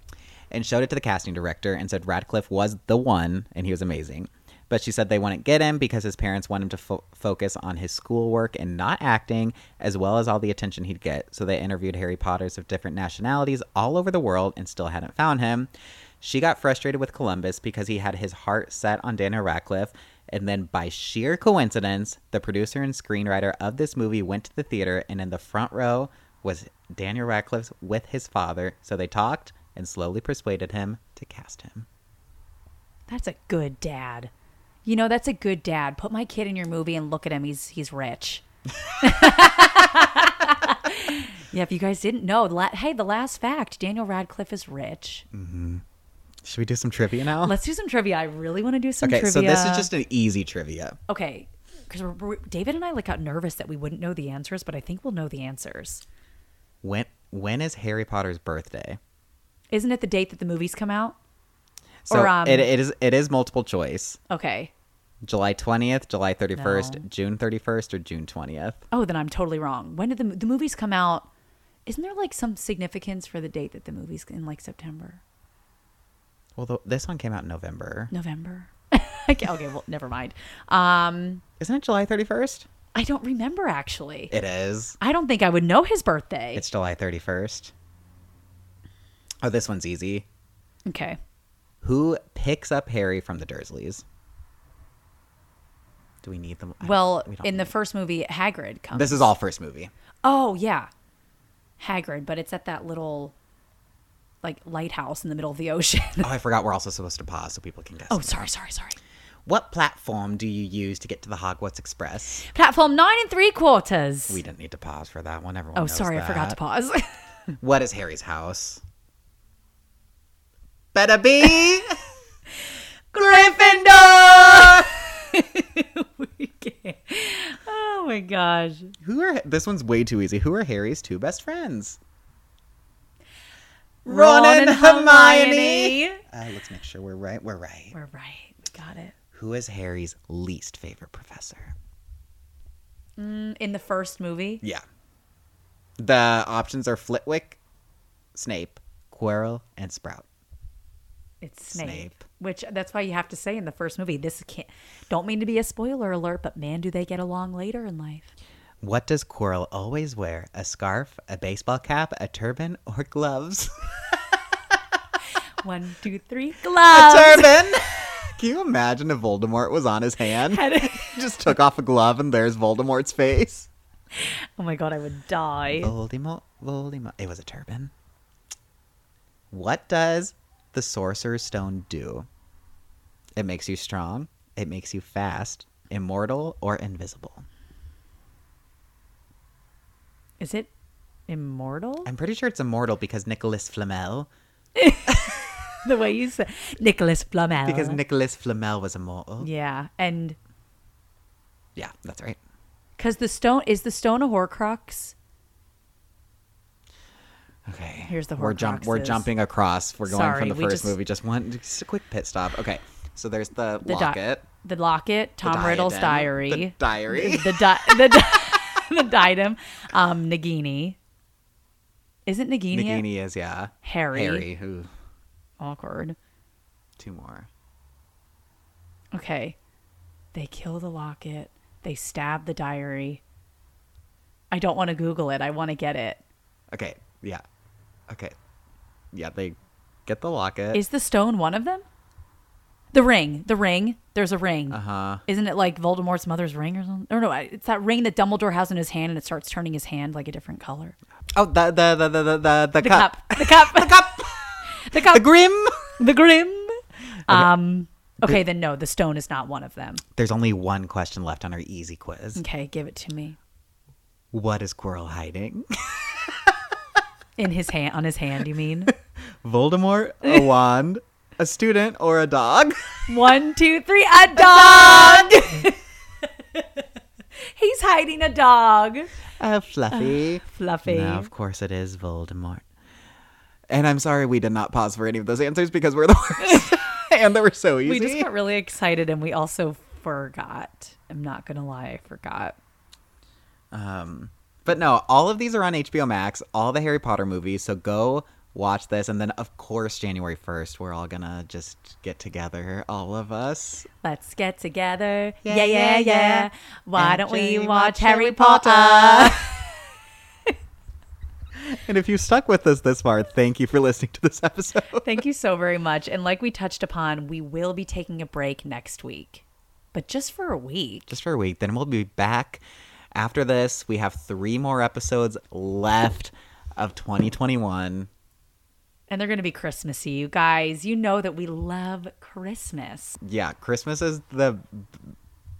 S1: and showed it to the casting director and said Radcliffe was the one and he was amazing. But she said they wouldn't get him because his parents want him to fo- focus on his schoolwork and not acting, as well as all the attention he'd get. So they interviewed Harry Potters of different nationalities all over the world and still hadn't found him. She got frustrated with Columbus because he had his heart set on Daniel Radcliffe. And then, by sheer coincidence, the producer and screenwriter of this movie went to the theater, and in the front row was Daniel Radcliffe with his father. So they talked and slowly persuaded him to cast him.
S2: That's a good dad. You know, that's a good dad. Put my kid in your movie and look at him. He's he's rich. yeah, if you guys didn't know, la- hey, the last fact: Daniel Radcliffe is rich.
S1: Mm-hmm. Should we do some trivia now?
S2: Let's do some trivia. I really want to do some
S1: okay,
S2: trivia.
S1: so this is just an easy trivia.
S2: okay. Because David and I like got nervous that we wouldn't know the answers, but I think we'll know the answers.
S1: When when is Harry Potter's birthday?
S2: Isn't it the date that the movies come out?
S1: So
S2: Or, um,
S1: it, it is it is multiple choice.
S2: Okay.
S1: July twentieth, July thirty first,
S2: No.
S1: June thirty first, or June twentieth.
S2: Oh, then I'm totally wrong. When did the the movies come out? Isn't there like some significance for the date that the movies in like September?
S1: Well, th- this one came out in November.
S2: November. okay, okay, well, never mind. Um,
S1: Isn't it July thirty first?
S2: I don't remember actually.
S1: It is.
S2: I don't think I would know his birthday.
S1: It's July thirty first. Oh, this one's easy.
S2: okay.
S1: Who picks up Harry from the Dursleys? Do we need them? I don't-
S2: Well,
S1: we don't
S2: in
S1: need
S2: the first movie, Hagrid comes.
S1: This is all first movie.
S2: Oh yeah, Hagrid, but it's at that little like lighthouse in the middle of the ocean.
S1: Oh, I forgot we're also supposed to pause so people can guess.
S2: oh, sorry, sorry, sorry.
S1: What platform do you use to get to the Hogwarts Express?
S2: Platform nine and three quarters.
S1: We didn't need to pause for that one. Everyone.
S2: oh,
S1: knows
S2: sorry, I forgot
S1: that.
S2: to pause.
S1: What is Harry's house? Better be Gryffindor.
S2: We can't. oh my gosh.
S1: Who are this one's way too easy. Who are Harry's two best friends? Ron, and, Hermione.
S2: Hermione.
S1: Uh, let's make sure we're right. We're right.
S2: We're right. We got it.
S1: Who is Harry's least favorite professor?
S2: in the first movie.
S1: Yeah. The options are Flitwick, Snape, Quirrell, and Sprout.
S2: It's Snape,
S1: Snape.
S2: which that's why you have to say in the first movie. This can't. Don't mean to be a spoiler alert, but man, do they get along later in life?
S1: What does Quirrell always wear? A scarf, a baseball cap, a turban, or gloves?
S2: One, two, three, gloves.
S1: turban! Can you imagine if Voldemort was on his hand? Just took off a glove and there's Voldemort's face.
S2: oh my god, I would die.
S1: Oh. Voldemort, Voldemort. It was a turban. What does the Sorcerer's Stone do? It makes you strong, it makes you fast, immortal, or invisible.
S2: Is it immortal?
S1: I'm pretty sure it's immortal because Nicholas Flamel,
S2: the way you said Nicholas Flamel.
S1: because Nicholas Flamel was immortal. Oh. Yeah,
S2: yeah, and
S1: that's right.
S2: because the stone is the stone a Horcrux.
S1: Okay.
S2: Here's the
S1: We're, we're
S2: Horcruxes.
S1: jumping across. We're going
S2: Sorry,
S1: from the
S2: we
S1: first
S2: just-
S1: movie. Just one, just a quick pit stop. Okay. So there's the,
S2: The di-
S1: locket,
S2: the locket,
S1: the
S2: Tom Riddle's
S1: diadem,
S2: diary,
S1: the diary.
S2: the di- the, di- the diadem, um, Nagini. Isn't Nagini, a-
S1: Nagini is yeah.
S2: Harry.
S1: Harry. Who?
S2: awkward?
S1: Two more.
S2: Okay, they kill the locket. They stab the diary. I don't want to Google it. I want to get it.
S1: Okay. Yeah. Okay. Yeah, they get the locket.
S2: Is the stone one of them? The ring. The ring. There's a ring.
S1: Uh-huh.
S2: Isn't it like Voldemort's mother's ring or something? Or no, it's that ring that Dumbledore has in his hand and it starts turning his hand like a different color.
S1: oh, the the the the the the,
S2: The cup. The cup. the cup. The cup.
S1: The grim.
S2: The grim. Um. Okay, then no, the stone is not one of them.
S1: There's only one question left on our easy quiz.
S2: Okay, give it to me.
S1: What is Quirrell hiding?
S2: In his hand, on his hand, you mean?
S1: Voldemort, a wand, a student, or a dog?
S2: One, two, three, a dog. He's hiding a dog.
S1: A fluffy.
S2: Fluffy.
S1: No, of course it is Voldemort. And I'm sorry we did not pause for any of those answers because we're the worst. and they were so easy.
S2: We just got really excited and we also forgot. I'm not going to lie, I forgot.
S1: Um, but no, all of these are on HBO Max, all the Harry Potter movies. So go watch this. And then, of course, January 1st, we're all going to just get together, all of us.
S2: Let's get together.
S1: Yeah,
S2: Yeah, yeah,
S1: yeah,
S2: yeah.
S1: yeah.
S2: Why
S1: And
S2: don't
S1: Jay watch
S2: we watch Harry
S1: Harry Potter.
S2: Potter?
S1: And if you stuck with us this far, thank you for listening to this episode.
S2: Thank you so very much. And like we touched upon, we will be taking a break next week, but just for a week.
S1: Just for a week. Then we'll be back after this. We have three more episodes left of 2021.
S2: And they're going to be Christmassy, you guys. You know that we love Christmas.
S1: Yeah, Christmas is the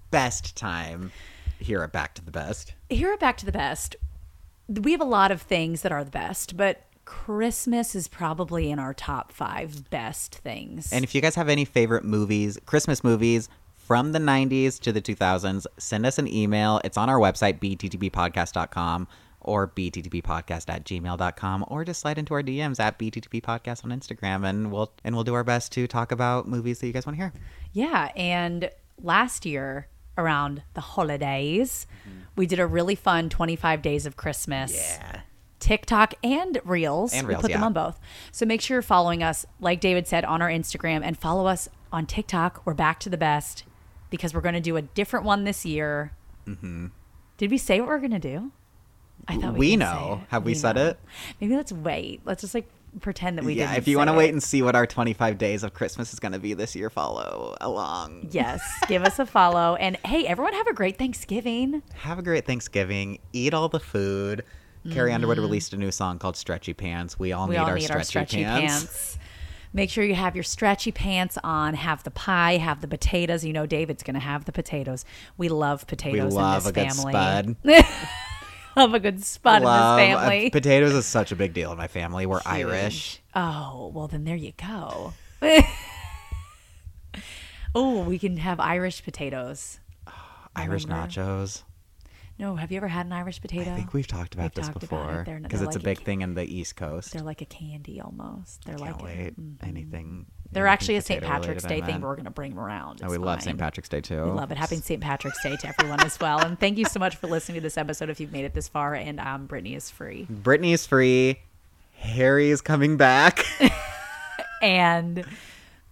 S1: best time here at Back to the Best.
S2: Here at Back to the Best, we have a lot of things that are the best, but Christmas is probably in our top five best things.
S1: And if you guys have any favorite movies, Christmas movies from the 90s to the 2000s, send us an email. It's on our website, bttbpodcast.com or bttbpodcast at gmail.com or just slide into our DMs at bttbpodcast on Instagram and we'll and we'll do our best to talk about movies that you guys want to hear.
S2: Yeah, and last year around the holidays,
S1: Mm-hmm.
S2: we did a really fun 25 days of Christmas. TikTok and Reels.
S1: And Reels,
S2: we put them
S1: yeah.
S2: on both. So make sure you're following us, like David said, on our Instagram and follow us on TikTok. We're back to the best because we're going to do a different one this year. Did we say what we're going to do? I
S1: Mm-hmm. We,
S2: didn't say
S1: know. Have we,
S2: We
S1: said
S2: know.
S1: it?
S2: Maybe let's wait. Let's just like pretend that we
S1: yeah,
S2: didn't
S1: if you
S2: say
S1: want to
S2: it.
S1: wait and see what our 25 days of Christmas is going to be this year, follow along.
S2: Yes, give us a follow. And hey, everyone, have a great Thanksgiving.
S1: Have a great Thanksgiving. Eat all the food. Carrie Underwood released a new song called Stretchy Pants. We all
S2: Mm-hmm. We
S1: need,
S2: all
S1: our,
S2: need
S1: stretchy
S2: our stretchy
S1: pants.
S2: pants. Make sure you have your stretchy pants on. Have the pie. Have the potatoes. You know, David's going to have the potatoes. We love
S1: We
S2: potatoes
S1: love a
S2: in
S1: good
S2: this family.
S1: spud.
S2: Love a good spud
S1: Love-
S2: in this family.
S1: uh, potatoes is such a big deal in my family. We're Irish.
S2: Oh, well, then there you go. oh, we can have Irish potatoes.
S1: Irish
S2: Remember?
S1: nachos.
S2: No, have you ever had an Irish potato?
S1: I think we've talked about
S2: We've
S1: this
S2: talked about it.
S1: before
S2: They're-
S1: because
S2: they're
S1: it's a
S2: like a
S1: big
S2: ca-
S1: thing in the East Coast.
S2: They're like a candy almost. They're
S1: Can't
S2: like a-
S1: wait. Anything.
S2: They're
S1: anything
S2: actually a St.
S1: potato
S2: Patrick's Day
S1: related,
S2: thing
S1: I'm in.
S2: we're going to bring around.
S1: And
S2: It's
S1: we love
S2: fine.
S1: St. Patrick's Day too.
S2: We love it. Happy St. Patrick's Day to everyone as well. And thank you so much for listening to this episode if you've made it this far. And um, Brittany is free.
S1: Brittany is free. Harry is coming back.
S2: And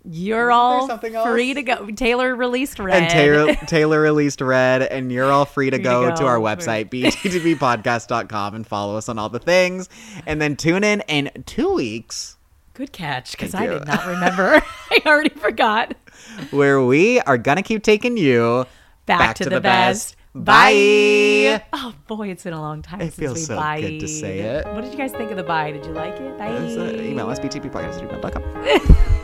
S2: you're all
S1: something else?
S2: free to go. Taylor released Red.
S1: and Taylor, Taylor released Red, and you're all free to
S2: to
S1: go, to
S2: go.
S1: our website, bttbpodcast.com, and follow us on all the things. And then tune in in two weeks
S2: Good catch, because I
S1: Thank you.
S2: did not remember. I already forgot.
S1: where we are going to keep taking you
S2: Back, to, the, best.
S1: Bye.
S2: Oh boy, it's been a long time
S1: It
S2: since
S1: feels
S2: we
S1: so
S2: bye.
S1: good to say it. uh,
S2: What did you guys think of the bye? Did you like it? Bye.
S1: It's, uh, Email us, bttbpodcast.com.